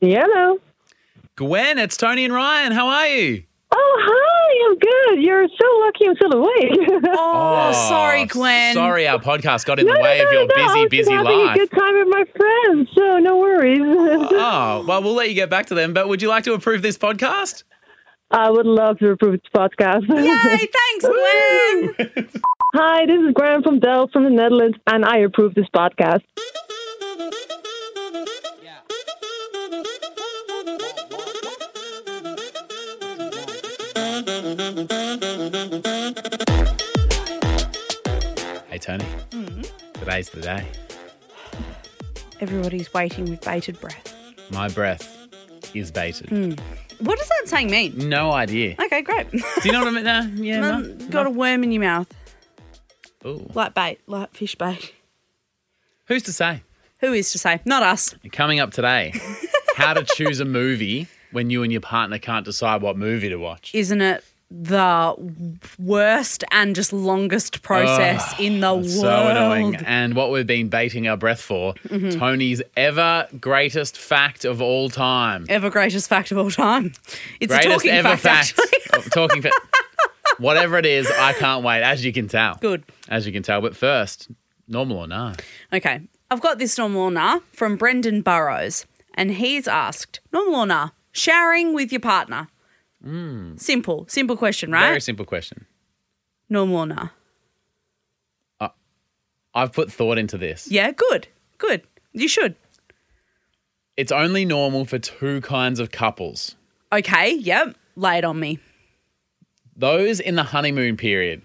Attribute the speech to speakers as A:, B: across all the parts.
A: Hello.
B: Gwen, it's Tony and Ryan. How are you?
A: Oh, hi. I'm good. You're so lucky I'm still awake.
C: Oh, sorry, Gwen.
B: Sorry, our podcast got in the way of your
A: I
B: busy,
A: was
B: busy
A: having
B: life.
A: a good time with my friends, so no worries.
B: Oh, well, we'll let you get back to them, but would you like to approve this podcast?
A: I would love to approve this podcast.
C: Yay, thanks, Gwen.
A: Hi, this is Graham from Delft from the Netherlands, and I approve this podcast.
B: Hey, Tony.
A: Mm-hmm.
B: Today's the day.
C: Everybody's waiting with bated breath.
B: My breath is baited.
A: Hmm.
C: What does that saying mean?
B: No idea.
C: Okay, great.
B: Do you know what I mean? Nah, yeah, no,
C: Um, Got a worm in your mouth,
B: Ooh.
C: like bait, like fish bait.
B: Who's to say?
C: Who is to say? Not us.
B: Coming up today, how to choose a movie when you and your partner can't decide what movie to watch.
C: Isn't it the worst and just longest process in the world? Mm-hmm.
B: So annoying. And what we've been baiting our breath for, Tony's ever greatest fact of all time.
C: Ever greatest fact of all time. It's a
B: greatest
C: talking
B: ever
C: fact, actually.
B: Oh, talking fact. Whatever it is, I can't wait, as you can tell.
C: Good.
B: As you can tell. But first, normal or nah?
C: Okay. I've got this normal or nah from Brendan Burrows, and he's asked normal or nah, showering with your partner. Simple, simple question, right?
B: Hmm. Very simple question.
C: normal or nah?
B: I've put thought into this.
C: Yeah, good, good. You should.
B: It's only normal for two kinds of couples
C: Okay, yep. Lay it on me.
B: those in the honeymoon period.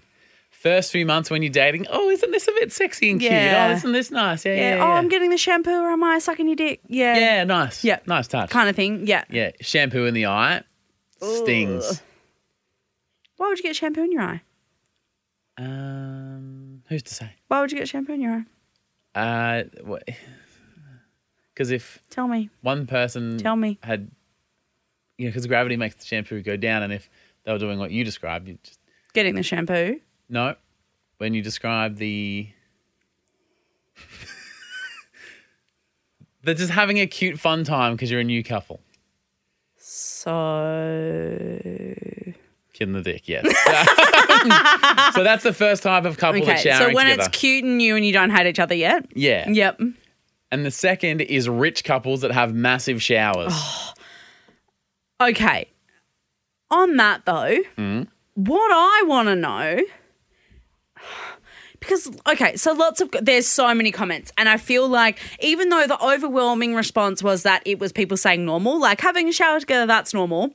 B: First few months when you're dating, oh, isn't this a bit sexy and
C: Yeah.
B: cute? Oh, isn't this nice? Yeah, yeah.
C: Yeah.
B: yeah,
C: Oh, I'm getting the shampoo, or am I sucking your dick? Yeah.
B: yeah, nice.
C: Yeah.
B: Nice touch.
C: Kind of thing. Yeah.
B: Yeah, shampoo in the eye stings.
C: Why would you get shampoo in your eye?
B: Um, who's to say?
C: Why would you get shampoo in your eye?
B: Uh, because if
C: Tell me.
B: one person
C: Tell me.
B: had, you know, because gravity makes the shampoo go down, and if they were doing what you described, you just
C: Getting the shampoo.
B: no. When you describe the, they're just having a cute, fun time because you're a new couple.
C: So.
B: Kid in the dick, yes. so that's the first type of couple that's
C: Okay.
B: showering
C: So when
B: together.
C: it's cute and you and you don't hate each other yet.
B: yeah.
C: Yep.
B: And the second is rich couples that have massive showers.
C: Oh. Okay. On that though,
B: Mm.
C: what I want to know because okay, so lots of there's so many comments and I feel like even though the overwhelming response was that it was people saying normal, like having a shower together that's normal,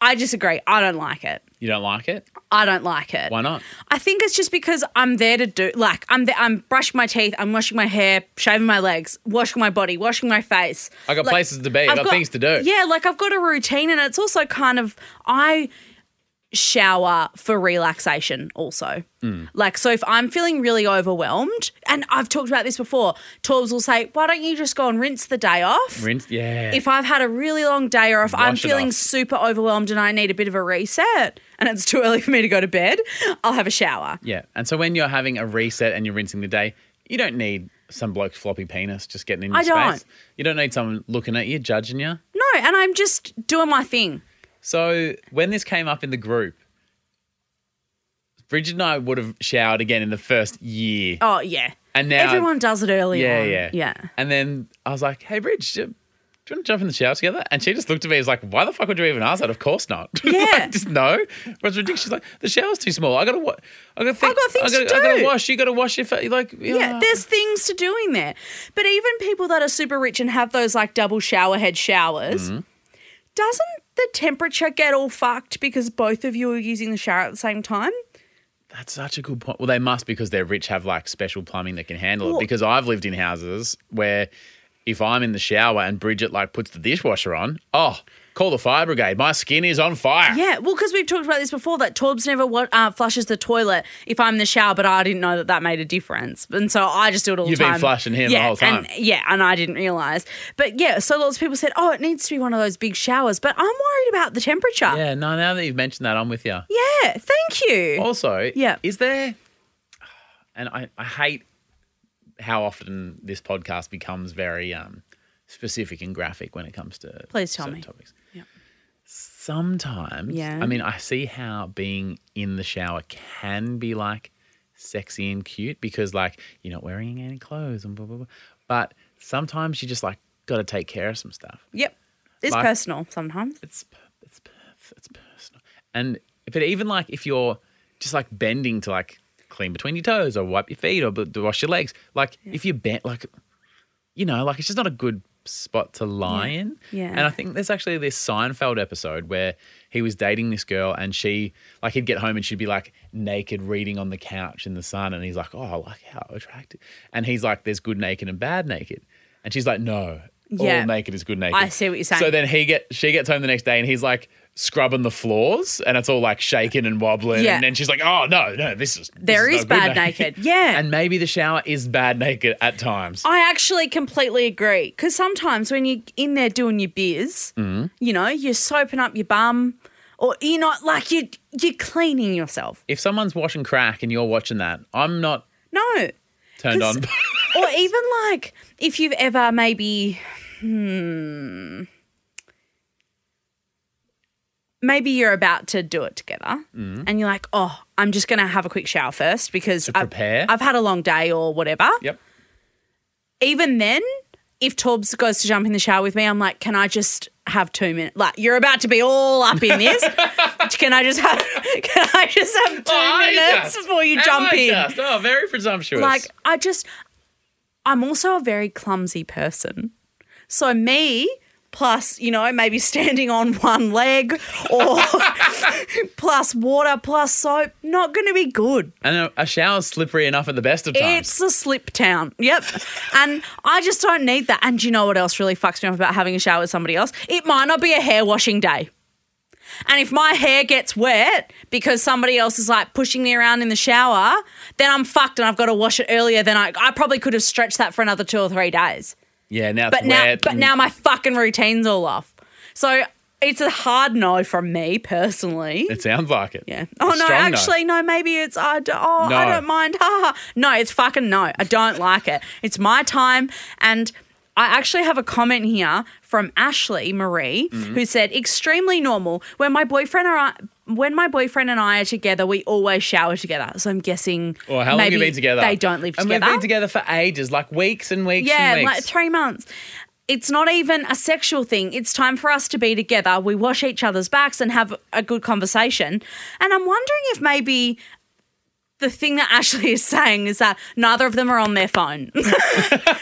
C: I disagree. I don't like it.
B: You don't like it?
C: I don't like it.
B: Why not?
C: I think it's just because I'm there to do like I'm there, I'm brushing my teeth, I'm washing my hair, shaving my legs, washing my body, washing my face.
B: I got places to be. I got things to do.
C: Yeah, like I've got a routine, and it's also kind of I shower for relaxation also.
B: Hmm.
C: Like so if I'm feeling really overwhelmed and I've talked about this before, Torbs will say, "Why don't you just go and rinse the day off?"
B: Rinse, yeah.
C: if I've had a really long day or if I'm
B: Wash it
C: feeling
B: off.
C: super overwhelmed and I need a bit of a reset and it's too early for me to go to bed, I'll have a shower.
B: yeah. And so when you're having a reset and you're rinsing the day, you don't need some bloke's floppy penis just getting in your
C: I don't.
B: space. You don't need someone looking at you, judging you.
C: No, and I'm just doing my thing.
B: So when this came up in the group, Bridget and I would have showered again in the first year.
C: Oh yeah.
B: And now
C: Everyone does it early
B: Yeah,
C: on.
B: yeah.
C: Yeah.
B: And then I was like, hey, Bridge, do you, do you want to jump in the shower together? And she just looked at me and was like, why the fuck would you even ask that? Of course not.
C: Yeah.
B: like, just no. It was ridiculous. She's like, the shower's too small. I got to wa- I got,
C: I've got things
B: I gotta,
C: to
B: I gotta
C: do."
B: wash. You got to wash your face. Like,
C: Yeah, there's things to do in there. But even people that are super rich and have those like double shower head showers, doesn't the temperature get all fucked because both of you are using the shower at the same time?
B: That's such a good point. Well, they must because they're rich, have like special plumbing that can handle
C: Well-
B: it. Because I've lived in houses where if I'm in the shower and Bridget like puts the dishwasher on, oh, call the fire brigade. My skin is on fire.
C: Yeah, well, because we've talked about this before that Torbs never wa- uh, flushes the toilet if I'm in the shower, but I didn't know that that made a difference. And so I just do it all
B: You've
C: the
B: been
C: time.
B: flushing him the
C: yeah,
B: whole time.
C: And, yeah, and I didn't realise. But yeah, so lots of people said, oh, it needs to be one of those big showers, but I'm worried about the temperature.
B: Yeah, no, now that you've mentioned that, I'm with you.
C: Yeah, thank you.
B: Also,
C: Yeah.
B: is there, and I, I hate how often this podcast becomes very um, specific and graphic when it comes to
C: Please tell
B: certain
C: me.
B: topics.
C: Yep.
B: Sometimes,
C: Yeah.
B: I mean, I see how being in the shower can be like sexy and cute because, like, you're not wearing any clothes and blah blah blah. But sometimes you just like got to take care of some stuff.
C: Yep. It's
B: Like-
C: personal sometimes.
B: It's per- it's per- it's personal. And but even like if you're just like bending to like clean between your toes or wipe your feet or b- to wash your legs, like if you bent like you know, like it's just not a good spot to lie in.
C: Yeah.
B: And I think there's actually this Seinfeld episode where he was dating this girl and she like he'd get home and she'd be like naked reading on the couch in the sun and he's like, "Oh, I like how attractive." And he's like, "There's good naked and bad naked." And she's like, "No."
C: Yeah.
B: All naked is good naked.
C: I see what you're saying.
B: So then he get she gets home the next day and he's like scrubbing the floors and it's all like shaking and wobbling.
C: Yeah.
B: And then she's like, "Oh no, no, this is this
C: There
B: is
C: is
B: no good
C: bad naked. Oh. Yeah.
B: and maybe the shower is bad naked at times.
C: I actually completely agree. Because sometimes when you're in there doing your beers,
B: Mm-hmm.
C: you know, you're soaping up your bum or you're not like you, you're cleaning yourself.
B: If someone's washing crack and you're watching that, I'm not
C: No.
B: turned
C: 'Cause-
B: on.
C: or even like if you've ever maybe, hmm, maybe you're about to do it together
B: Mm-hmm.
C: and you're like, oh, I'm just going to have a quick shower first because I've-
B: prepare?
C: I've had a long day or whatever.
B: yep.
C: even then, if Torbs goes to jump in the shower with me, I'm like, can I just have two minutes? Like, you're about to be all up in this. can I just have? Can I just have two minutes before you jump in?
B: Oh, very presumptuous.
C: Like, I just, I'm also a very clumsy person. So me. Plus, you know, maybe standing on one leg or plus water, plus soap, not going to be good.
B: and a, a shower's slippery enough at the best of times.
C: It's a slip town. Yep. and I just don't need that. And do you know what else really fucks me off about having a shower with somebody else? It might not be a hair washing day. And if my hair gets wet because somebody else is like pushing me around in the shower, then I'm fucked and I've got to wash it earlier than I I probably could have stretched that for another two or three days.
B: yeah, now it's
C: But now
B: wet
C: but
B: and-
C: now my fucking routine's all off. So it's a hard no from me personally.
B: it sounds like it.
C: Yeah. Oh no,
B: Strong
C: actually, no. Maybe it's I. d- Oh, I
B: No.
C: don't mind. Ha ha. No, it's fucking no. I don't like it. It's my time, and I actually have a comment here from Ashley Marie
B: Mm-hmm.
C: who said, "Extremely normal. When my boyfriend or I, when my boyfriend and I are together, we always shower together. So I'm guessing.
B: Or how long have
C: maybe
B: you been together?
C: They don't live together.
B: And we've been together for ages, like weeks and weeks
C: Yeah,
B: and weeks.
C: like three months. It's not even a sexual thing. It's time for us to be together. We wash each other's backs and have a good conversation. And I'm wondering if maybe the thing that Ashley is saying is that neither of them are on their phone, but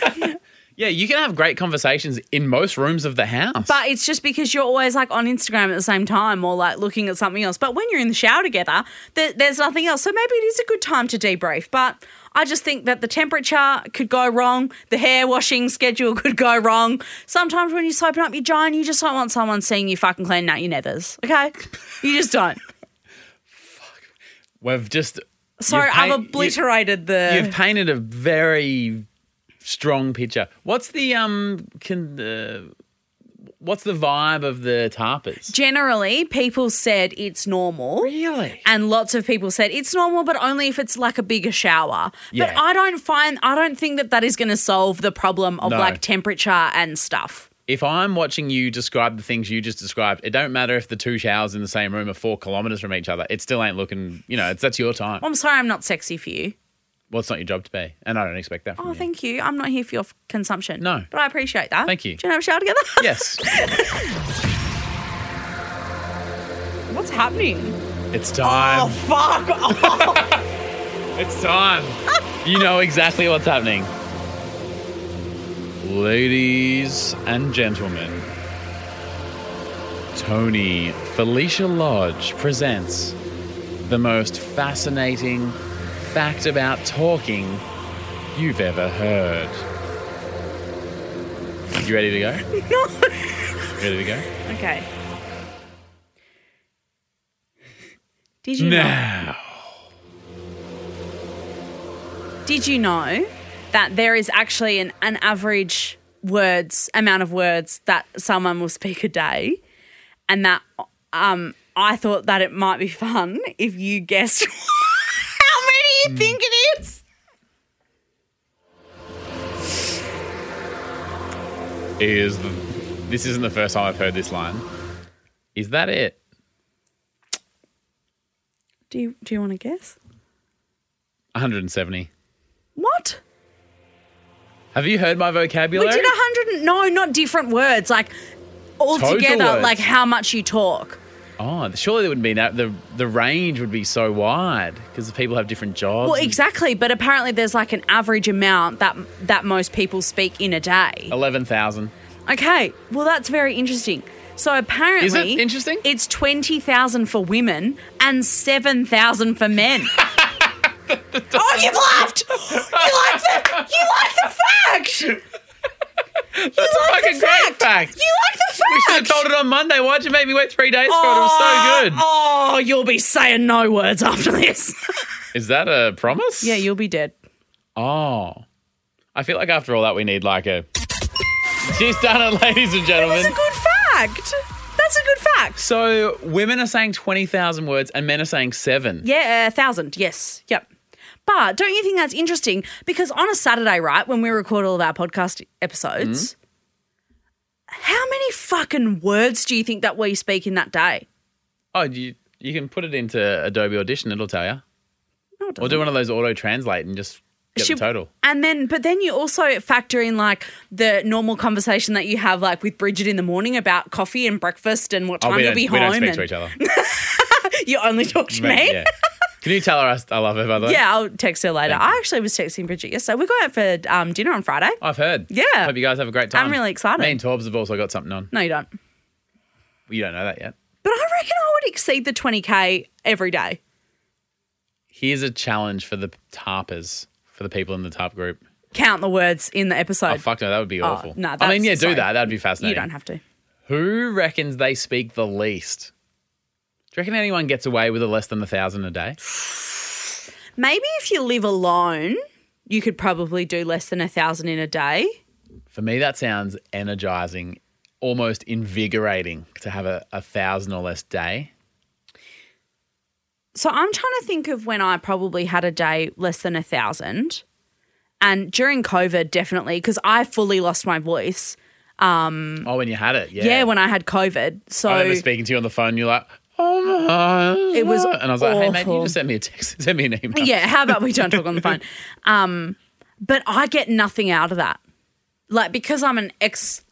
B: Yeah, you can have great conversations in most rooms of the house.
C: Uh, it's just because you're always like on Instagram at the same time or like looking at something else. But when you're in the shower together, th- there's nothing else. So maybe it is a good time to debrief. But I just think that the temperature could go wrong, the hair washing schedule could go wrong. Sometimes when you're soaping up your giant, you just don't want someone seeing you fucking cleaning out your nethers. Okay, you just don't.
B: We've just
C: Sorry,
B: you've paint-
C: I've obliterated the.
B: You, have painted a very strong picture. What's the um can the what's the vibe of the tarpers?
C: Generally, people said it's normal.
B: Really?
C: and lots of people said it's normal but only if it's like a bigger shower
B: Yeah.
C: but i don't find i don't think that that is going to solve the problem of
B: No.
C: like temperature and stuff
B: If I'm watching you describe the things you just described, it don't matter if the two showers in the same room are four kilometers from each other. It still ain't looking. You know, it's that's your time.
C: i'm sorry i'm not sexy for you
B: Well, it's not your job to be, and I don't expect that. From
C: oh
B: you.
C: thank you i'm not here for your f- consumption
B: No.
C: but i appreciate that
B: Thank you.
C: do you want to have a shower together
B: Yes,
C: what's happening
B: it's time.
C: oh fuck off.
B: It's time. you know exactly what's happening. Ladies and gentlemen, Tony Felicia Lodge presents the most fascinating fact about talking you've ever heard. You ready to go?
C: No.
B: Ready to go?
C: okay did you know
B: Now.
C: Did you know that there is actually an, an average words amount of words that someone will speak a day, and that um, I thought that it might be fun if you guessed
B: Hmm.
C: how many you think it is.
B: is this isn't the first time I've heard this line. Is that it?
C: Do you do you want to guess?
B: 170.
C: What?
B: Have you heard my
C: We
B: vocabulary?
C: did a hundred. No, not different words. Like all
B: Total
C: together.
B: words.
C: Like how much you talk.
B: oh, surely there would be that. The the range would be so wide because people have different jobs.
C: Well, exactly. But apparently, there's like an average amount that that most people speak in a day.
B: Eleven thousand.
C: Okay. Well, that's very interesting. So apparently,
B: Is it interesting?
C: It's twenty thousand for women and seven thousand for men. oh, you've laughed. You like the you like the fact. You
B: fucking
C: like the
B: great
C: fact.
B: fact.
C: You like the fact.
B: We should have told it on Monday. Why'd you make me wait three days for it? It was so good.
C: Oh, you'll be saying no words after this.
B: Is that a promise?
C: yeah, you'll be dead.
B: Oh, I feel like after all that, we need like a. She's done it, ladies and
C: That's a
B: gentlemen.
C: good fact. That's a good fact.
B: So women are saying twenty thousand words, and men are saying seven.
C: Yeah, a thousand. Yes. Yep. But don't you think that's interesting? Because on a Saturday, right, when we record all of our podcast episodes, how many fucking words do you think that we speak in that day?
B: Oh, you you can put it into Adobe Audition; it'll tell you.
C: No, it
B: Or
C: doesn't.
B: do one of those auto translate and just get
C: Should-
B: the total.
C: And then, but then you also factor in like the normal conversation that you have, like with Bridget in the morning about coffee and breakfast and what time
B: Oh, we
C: you'll
B: don't,
C: be
B: we
C: home.
B: don't speak
C: and
B: to each other.
C: You only talk to
B: Mate,
C: me.
B: yeah. Can you tell her I, s- I love her, by the way?
C: Yeah, I'll text her later.
B: Thank you. Oh,
C: I actually was texting Bridget yesterday. We go out for um, dinner on Friday.
B: I've heard.
C: Yeah.
B: Hope you guys have a great time.
C: I'm really excited.
B: Me and Torbs have also got something on.
C: No, you don't.
B: You don't know that yet.
C: But I reckon I would exceed the 20K every day.
B: Here's a challenge for the tarpers, for the people in the tarp group.
C: Count the words in the episode.
B: Oh, fuck no, that would be awful.
C: nah,
B: I mean,
C: that's-
B: yeah, do
C: sorry.
B: that. That'd be
C: you
B: fascinating.
C: don't have to.
B: Who reckons they speak the least? Do you reckon anyone gets away with a less than a thousand a day?
C: Maybe if you live alone, you could probably do less than a thousand in a day.
B: For me, that sounds energizing, almost invigorating to have a, a thousand or less day.
C: So I'm trying to think of when I probably had a day less than a thousand. And during COVID, definitely, because I fully lost my voice.
B: Oh, when you had it, yeah.
C: Mm. Yeah, when I had COVID. So
B: I remember speaking to you on the phone. You're like, oh my,
C: It was
B: and I was like, hey mate, you
C: awful.
B: just sent me a text, send me an email.
C: Yeah, how about we don't talk on the phone? Um, but I get nothing out of that. Like because I'm an ex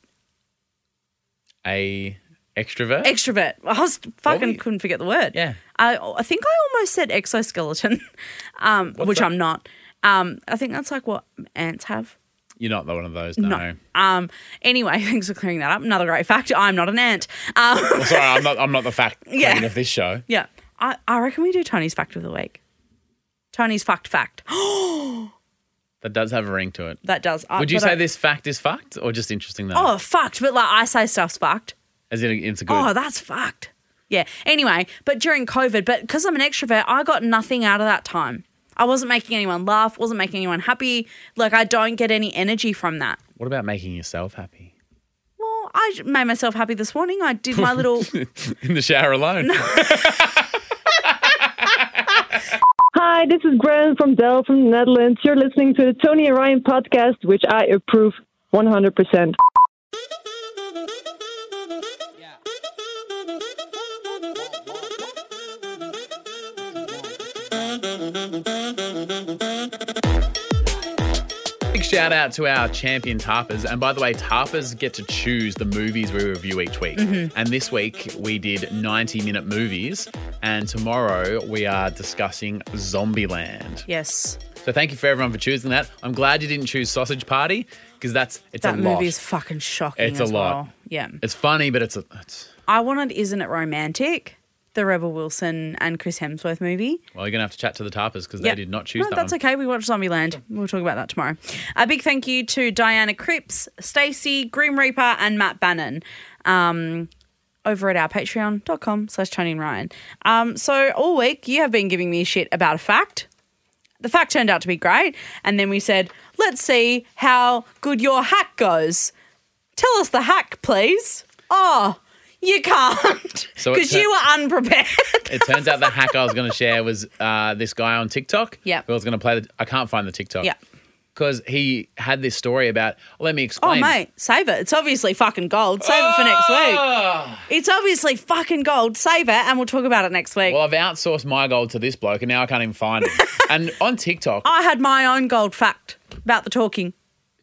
B: A extrovert.
C: extrovert. I was fucking
B: were you?
C: couldn't forget the word.
B: Oh. Yeah.
C: I I think I almost said exoskeleton, um, which
B: that?
C: I'm not. Um, I think that's like what ants have.
B: You're not one of those. No.
C: No. Um, anyway, thanks for clearing that up. Another great fact. I'm not an ant. Um,
B: Well, sorry, I'm not. I'm not the fact
C: Yeah.
B: queen of this show.
C: yeah. I, I reckon we do Tony's fact of the week. Tony's fucked fact.
B: That does have a ring to it.
C: That does. I-
B: Would you
C: Uh, but
B: say
C: I-
B: this fact is fucked or just interesting though?
C: Oh, fucked. But like I say, stuff's fucked.
B: As in, it's a good.
C: Oh, that's fucked. Yeah. Anyway, but during COVID, but because I'm an extrovert, I got nothing out of that time. I wasn't making anyone laugh, wasn't making anyone happy. Like, I don't get any energy from that.
B: what about making yourself happy
C: Well, I j- made myself happy this morning. I did my little.
B: in the shower alone?
A: Hi, this is Gran from Del from the Netherlands. You're listening to the Tony and Ryan podcast, which I approve 100%.
B: Big shout out to our champion tarpers. And by the way, tarpers get to choose the movies we review each week.
C: Mm-hmm.
B: And this week we did 90 minute movies. And tomorrow we are discussing Zombieland.
C: yes.
B: So thank you for everyone for choosing that. I'm glad you didn't choose Sausage Party because that's it's
C: That
B: a
C: movie
B: lot.
C: is fucking shocking.
B: It's a
C: as
B: lot.
C: Well. Yeah.
B: it's funny, but it's a it's,
C: I wanted Isn't It Romantic? The Rebel Wilson and Chris Hemsworth movie.
B: well, you're gonna have to chat to the tarpers because
C: Yeah.
B: they did not choose
C: no,
B: that
C: that's
B: one.
C: okay. We watched Zombieland. We'll talk about that tomorrow. A big thank you to Diana Cripps, Stacey, Grim Reaper, and Matt Bannon. Um, over at our patreon.com slash Tony and Ryan. Um, so all week you have been giving me shit about a fact. The fact turned out to be great. And then we said, let's see how good your hack goes. Tell us the hack, please. Oh, you can't.
B: So
C: Because
B: it's a-
C: you were unprepared.
B: It turns out the hack I was going to share was uh, this guy on TikTok.
C: Yeah.
B: Who I was going to play the. I can't find the TikTok.
C: yeah.
B: because he had this story about. Let me
C: Oh,
B: explain.
C: mate, save it. It's obviously fucking gold. Save it for next week.
B: Ah!
C: It's obviously fucking gold. Save it, and we'll talk about it next week.
B: Well, I've outsourced my gold to this bloke, and now I can't even find him. and on TikTok,
C: I had my own gold fact about the talking.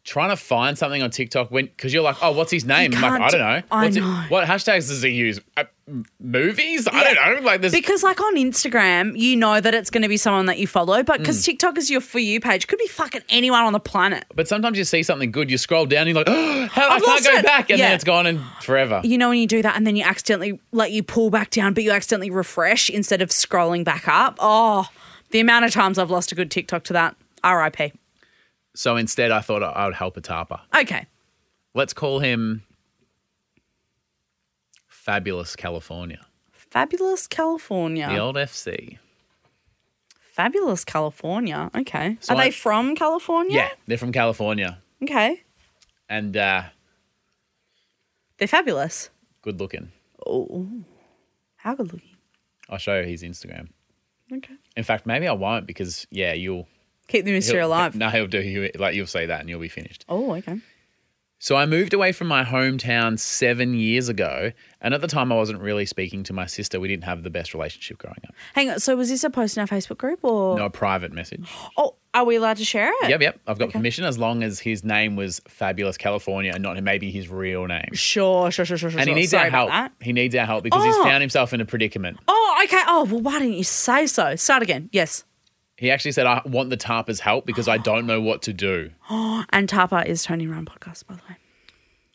B: trying to find something on TikTok when because you're like, oh, what's his name? I'm like,
C: can't
B: I
C: do-
B: don't know.
C: I
B: What's it-
C: know.
B: what hashtags does he use? Uh, m- movies? I don't know. Like this.
C: Because, like on Instagram, you know that it's going to be someone that you follow, but because TikTok is your for you page, could be fucking anyone on the planet.
B: but sometimes you see something good, you scroll down, and you're like, oh, how, I
C: I've
B: can't
C: lost
B: go
C: it.
B: back, and
C: Yeah.
B: then it's gone and forever.
C: You know when you do that, and then you accidentally like you pull back down, but you accidentally refresh instead of scrolling back up. Oh, the amount of times I've lost a good TikTok to that. R.I.P.
B: So instead, I thought I- I would help a tarpa.
C: Okay,
B: Let's call him Fabulous California,
C: fabulous California.
B: the old FC.
C: Fabulous California. Okay,
B: So
C: are
B: I-
C: they from California?
B: Yeah, they're from California,
C: Okay,
B: and uh,
C: they're fabulous.
B: good looking.
C: How good looking.
B: I'll show you his Instagram.
C: Okay,
B: In fact, maybe I won't because yeah, you'll
C: keep the mystery
B: he'll-
C: alive.
B: No, he'll do you like you'll say that and you'll be finished.
C: Oh, okay.
B: So I moved away from my hometown seven years ago. And at the time, I wasn't really speaking to my sister. We didn't have the best relationship growing up.
C: Hang on. So was this a post in our Facebook group or?
B: No, a private message.
C: Oh, are we allowed to share it?
B: Yep, yep. I've got permission as long as his name was Fabulous California and not maybe his real name.
C: Sure, sure, sure, sure. sure.
B: And he needs
C: Sorry
B: our help.
C: About that.
B: He needs our help because he's
C: Oh.
B: found himself in a predicament.
C: Oh, okay. Oh, well, why didn't you say so? Start again. Yes.
B: He actually said, I want the tarpa's help because I don't know what to do.
C: And Tapa is Tony Ryan podcast, by the way.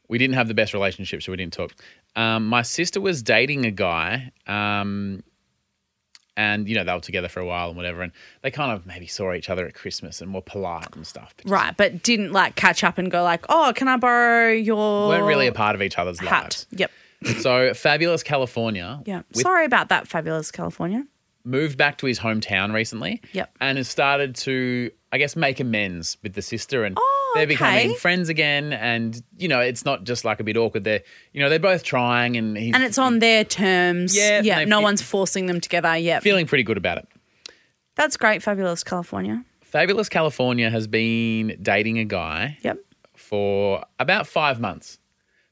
B: we didn't have the best relationship, so we didn't talk. Um, my sister was dating a guy, um, and you know they were together for a while and whatever, and they kind of maybe saw each other at Christmas and were polite and stuff. But just
C: Right, but didn't like catch up and go like, oh, can I borrow your
B: weren't really a part of each other's
C: hat? Yep.
B: lives. so fabulous California.
C: Yeah.
B: with-
C: Sorry about that, fabulous California.
B: moved back to his hometown recently.
C: Yep.
B: And has started to, I guess, make amends with the sister, and
C: Oh,
B: they're
C: okay.
B: becoming friends again. And you know, it's not just like a bit awkward. They're, you know, they're both trying, and he's
C: And it's on their terms.
B: Yeah,
C: Yeah.
B: and they
C: No
B: feel-
C: one's forcing them together. Yeah.
B: feeling pretty good about it.
C: That's great, fabulous California.
B: Fabulous California has been dating a guy
C: Yep.
B: for about five months.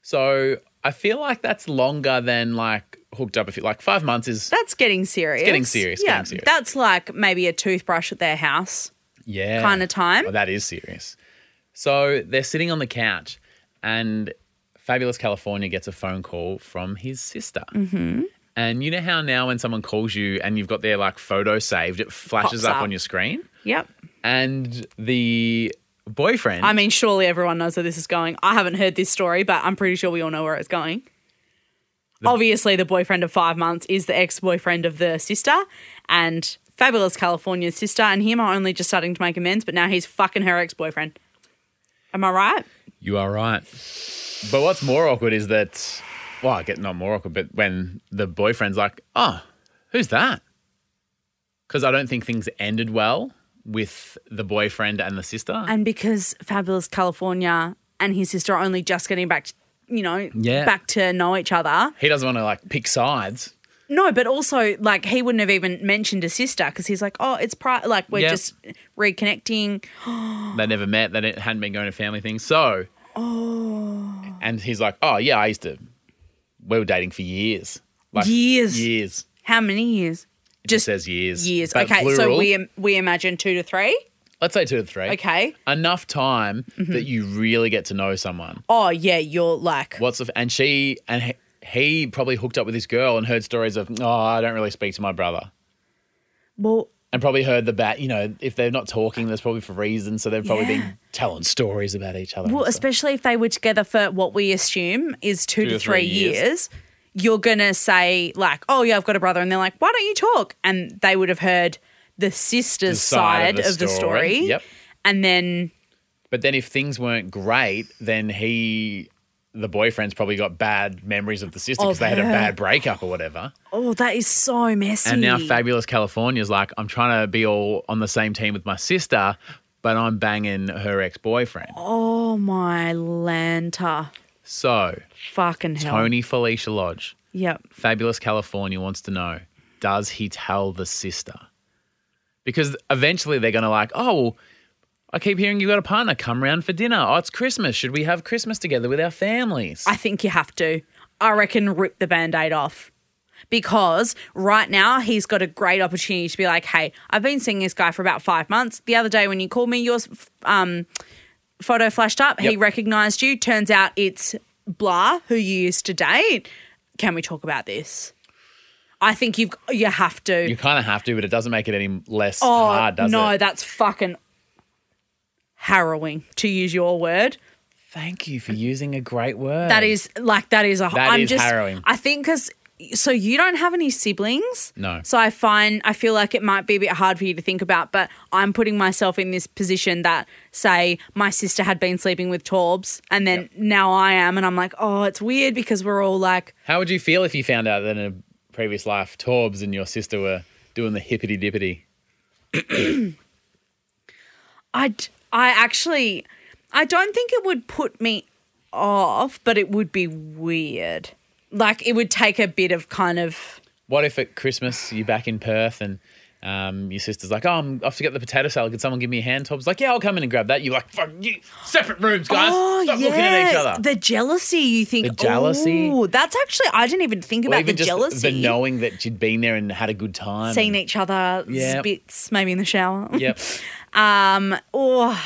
B: So I feel like that's longer than like hooked up. If you like, five months is
C: That's getting serious.
B: getting serious,
C: Yeah.
B: getting serious.
C: That's like maybe a toothbrush at their house.
B: yeah
C: kinda time.
B: Well, that is serious. So they're sitting on the couch, and Fabulous California gets a phone call from his sister.
C: Mm-hmm.
B: And you know how now when someone calls you and you've got their like photo saved, it flashes
C: Pops
B: up,
C: up.
B: on your screen,
C: Yep.
B: and the boyfriend.
C: I mean, surely everyone knows where this is going. I haven't heard this story, but I'm pretty sure we all know where it's going. Obviously, the boyfriend of five months is the ex boyfriend of the sister and fabulous California's sister, and him are only just starting to make amends, but now he's fucking her ex boyfriend. Am I right?
B: You are right. But what's more awkward is that, well, I get not more awkward, but when the boyfriend's like, oh, who's that? Because I don't think things ended well with the boyfriend and the sister.
C: And because fabulous California and his sister are only just getting back, to, you know,
B: Yeah.
C: back to know each other.
B: he doesn't want to like pick sides.
C: No, but also like he wouldn't have even mentioned a sister because he's like, oh, it's pri- like we're
B: Yeah.
C: just reconnecting.
B: They never met. They didn't, hadn't been going to family things. So, oh. and he's like, oh, yeah, I used to, we were dating for years. Like,
C: Years.
B: Years.
C: How many years?
B: It just says years.
C: years.
B: But
C: okay, so
B: plural,
C: we im- we imagine two to three.
B: let's say two to three.
C: Okay. Mm-hmm.
B: Enough time that you really get to know someone.
C: Oh yeah, you're like
B: What's the f- and she and he, he probably hooked up with this girl and heard stories of oh I don't really speak to my brother
C: well.
B: and probably heard the bat you know if they're not talking that's probably for reasons so they've probably
C: Yeah.
B: been telling stories about each other. and
C: Well,
B: stuff.
C: especially if they were together for what we assume is two, to three, years. you're gonna say like, "Oh yeah, I've got a brother," and they're like, "Why don't you talk?" And they would have heard the sister's
B: The
C: side, of, the story.
B: Yep.
C: And then
B: But then if things weren't great, then he the boyfriend's probably got bad memories of the sister because
C: Of
B: they had a
C: her.
B: bad breakup or whatever.
C: oh, that is so messy.
B: And now Fabulous California's like, I'm trying to be all on the same team with my sister, but I'm banging her ex boyfriend.
C: oh my lanta,
B: So,
C: fucking hell.
B: Tony Felicia Lodge,
C: Yep.
B: Fabulous California wants to know does he tell the sister? Because eventually they're going to like, oh, well, I keep hearing you got a partner. Come round for dinner. Oh, it's Christmas. Should we have Christmas together with our families?
C: I think you have to. I reckon rip the band aid off. Because right now he's got a great opportunity to be like, hey, I've been seeing this guy for about five months. The other day when you called me, your um, photo flashed up. He
B: Yep.
C: recognized you. Turns out it's Blah, who you used to date. Can we talk about this? I think you've you have to.
B: you kind of have to, but it doesn't make it any less
C: Oh,
B: hard, does
C: no,
B: it?
C: that's fucking harrowing to use your word.
B: Thank you for using a great word.
C: That is like that is a.
B: That
C: am
B: is
C: just,
B: harrowing.
C: I think because so you don't have any siblings.
B: No.
C: So I find I feel like it might be a bit hard for you to think about, but I'm putting myself in this position that say my sister had been sleeping with Torbs, and then now I am, and I'm like, oh, it's weird because we're all like,
B: How would you feel if you found out that in a previous life, Torbs and your sister were doing the hippity dippity?
C: I d- I actually I don't think it would put me off, but it would be weird. Like it would take a bit of kind of
B: What if at Christmas you're back in Perth and um, your sister's like, "Oh, I'm off to get the potato salad. Could someone give me a hand?" Torbs like, "Yeah, I'll come in and grab that." You're like, "Fuck you, separate rooms, guys. Stop looking at each other."
C: Oh, The jealousy you think
B: The jealousy.
C: "Ooh, that's actually I didn't even think
B: Or
C: about the
B: even just
C: jealousy.
B: the knowing that you'd been there and had a good time.
C: Seeing each other
B: Yeah.
C: spits maybe in the shower.
B: Yep.
C: Um or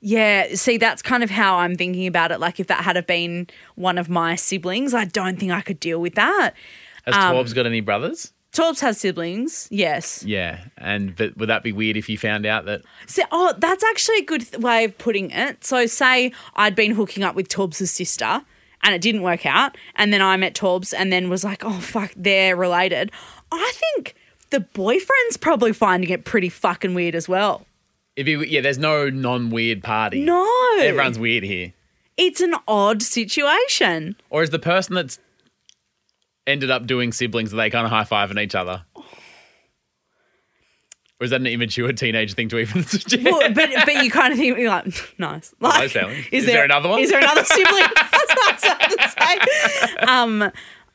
C: yeah, see that's kind of how I'm thinking about it. Like if that had have been one of my siblings, I don't think I could deal with that.
B: Has
C: Um,
B: Torbs got any brothers?
C: Torbs has siblings, yes.
B: Yeah, and but would that be weird if you found out that?
C: So, oh, that's actually a good th- way of putting it. So, say I'd been hooking up with Torbs' sister and it didn't work out, and then I met Torbs and then was like, oh, fuck, they're related. I think the boyfriend's probably finding it pretty fucking weird as well.
B: It'd be yeah. There's no non-weird party.
C: No.
B: everyone's weird here.
C: It's an odd situation.
B: Or is the person that's ended up doing siblings they kind of high fiving each other? Or is that an immature teenage thing to even suggest?
C: Well, but, but you kind of think, you're like, nice. Like,
B: Sally. Is there another one?
C: Is there another sibling? That's what I was about to say. Um,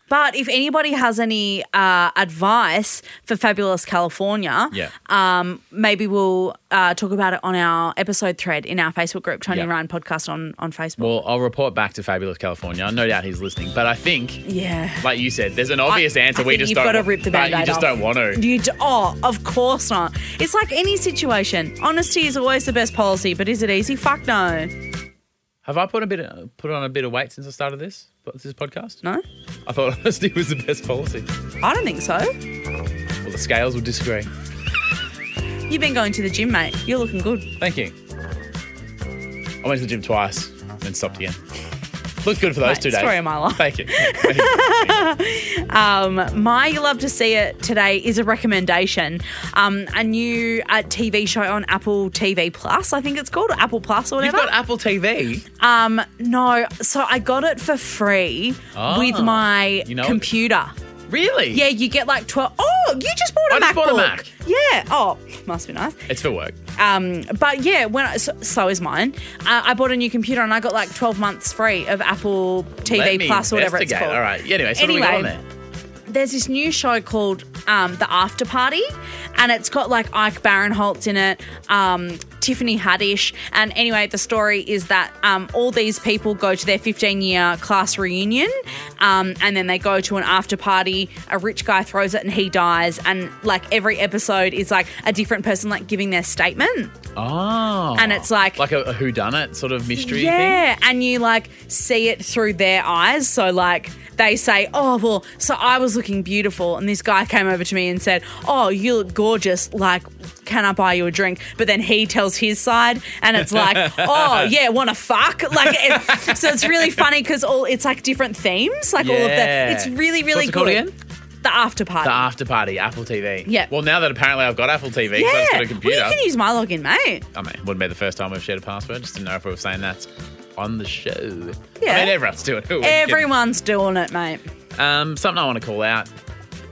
C: but if anybody has any uh, advice for Fabulous California,
B: yeah.
C: um, maybe we'll uh, talk about it on our episode thread in our Facebook group, Tony
B: Yeah.
C: Ryan Podcast on, on Facebook.
B: well, I'll report back to Fabulous California. No doubt he's listening, but I think,
C: yeah.
B: like you said, there's an obvious
C: I-
B: answer.
C: I
B: we
C: think
B: just
C: you've
B: don't.
C: gotta
B: wa-
C: rip the
B: no,
C: Band-Aid
B: You just
C: off.
B: don't want to.
C: You d- oh, of course not. It's like any situation. Honesty is always the best policy, but is it easy? Fuck no.
B: Have I put a bit of, put on a bit of weight since I started this this podcast?
C: No?
B: I thought honesty was the best policy.
C: I don't think so.
B: Well, the scales will disagree.
C: You've been going to the gym, mate. You're looking good.
B: Thank you. I went to the gym twice and stopped again. Looked good for those
C: Mate,
B: two days.
C: story of my life.
B: Thank you. Thank you.
C: Um, my You Love to See It today is a recommendation. Um, a new uh, TV show on Apple TV Plus, I think it's called Apple Plus or
B: You've
C: whatever.
B: got Apple TV.
C: um, no, so I got it for free
B: Ah.
C: with my
B: You know it?
C: computer.
B: Really?
C: Yeah, you get like 12. Oh, you just bought a
B: I
C: MacBook.
B: just bought a Mac.
C: Yeah. Oh, must be nice.
B: It's for work.
C: Um, but yeah, when I, so, so is mine. Uh, I bought a new computer and I got like 12 months free of Apple
B: Let
C: TV
B: me
C: Plus or whatever it's
B: investigate.
C: called.
B: All right. Yeah, anyway, so what do we got
C: Anyway.
B: on there?
C: there's this new show called um, The After Party, and it's got like Ike Barinholtz in it, um, Tiffany Haddish. And anyway, the story is that um, all these people go to their 15 year class reunion, um, and then they go to an after party. A rich guy throws it and he dies. And like every episode is like a different person like giving their statement.
B: Oh.
C: And it's like-
B: Like a, a whodunit sort of mystery thing.
C: Yeah, and you like see it through their eyes. So like they say, "Oh well," so I was looking beautiful, and this guy came over to me and said, "Oh, you look gorgeous. Like, can I buy you a drink?" But then he tells his side, and it's like, "Oh yeah, want to fuck?" Like, it, so it's really funny because all it's like different themes, like all of
B: Yeah.
C: the. It's really really
B: What's it
C: good.
B: called again?
C: The after party.
B: The after party, Apple TV.
C: Yeah.
B: Well, now that apparently I've got Apple TV, so I've
C: yeah,
B: got a computer.
C: well, you can use my login, mate.
B: I mean, wouldn't be the first time we've shared a password. Just didn't know if we were saying that on the show.
C: Yeah.
B: I mean, everyone's doing it. Who wouldn't?
C: Everyone's doing it, mate.
B: Um, something I want to call out,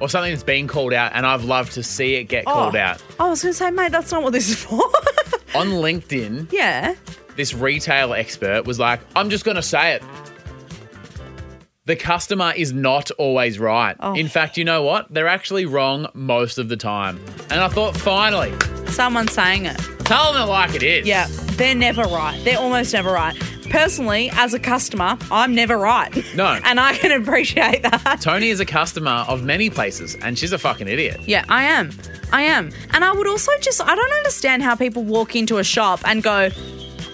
B: or something that's been called out, and I've loved to see it get called
C: oh,
B: out.
C: I was going to say, mate, that's not what this is for.
B: On LinkedIn,
C: yeah.
B: this retail expert was like, I'm just going to say it. The customer is not always right.
C: Oh.
B: In fact, you know what? They're actually wrong most of the time. And I thought, finally,
C: Someone's saying it.
B: tell them it like it is.
C: Yeah. They're never right. They're almost never right. Personally, as a customer, I'm never right.
B: No.
C: and I can appreciate that.
B: Tony is a customer of many places, and she's a fucking idiot.
C: Yeah, I am. I am. And I would also just, I don't understand how people walk into a shop and go,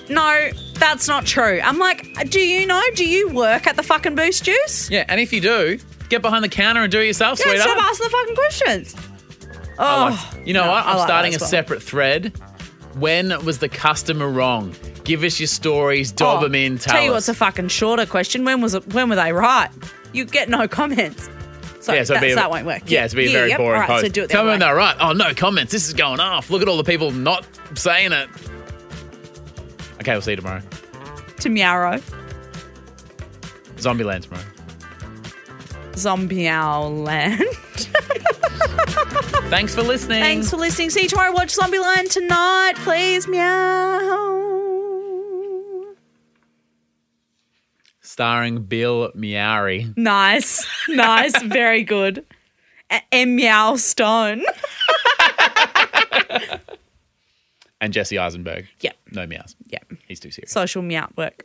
C: no, that's not true. I'm like, do you know? Do you work at the fucking Boost Juice?
B: Yeah, and if you do, get behind the counter and do it yourself,
C: Yeah,
B: sweetheart.
C: stop asking the fucking questions. Oh,
B: I like- you know
C: no,
B: what?
C: I
B: I'm
C: like that
B: starting a
C: as well.
B: separate thread. When was the customer wrong? Give us your stories, dob
C: Oh,
B: them in, tell,
C: Tell you
B: us.
C: what's a fucking shorter question. When was it, when were they right? You get no comments. So,
B: yeah, so it'd
C: that's-
B: be-
C: that won't work.
B: Yeah, it's be a very
C: yep.
B: boring
C: All right,
B: post.
C: So do it the
B: Tell
C: other
B: me when
C: way.
B: they're right. Oh no, comments. This is going off. Look at all the people not saying it. Okay, we'll see you tomorrow.
C: Tomorrow,
B: Zombie land tomorrow.
C: zombie owl land.
B: Thanks for listening.
C: Thanks for listening. See you tomorrow. Watch Zombieland tonight, please. Meow.
B: Starring Bill Miari.
C: Nice, nice, very good. A- M meow stone.
B: and Jesse Eisenberg.
C: Yep.
B: No meows.
C: Yep.
B: He's too serious.
C: Social meow work.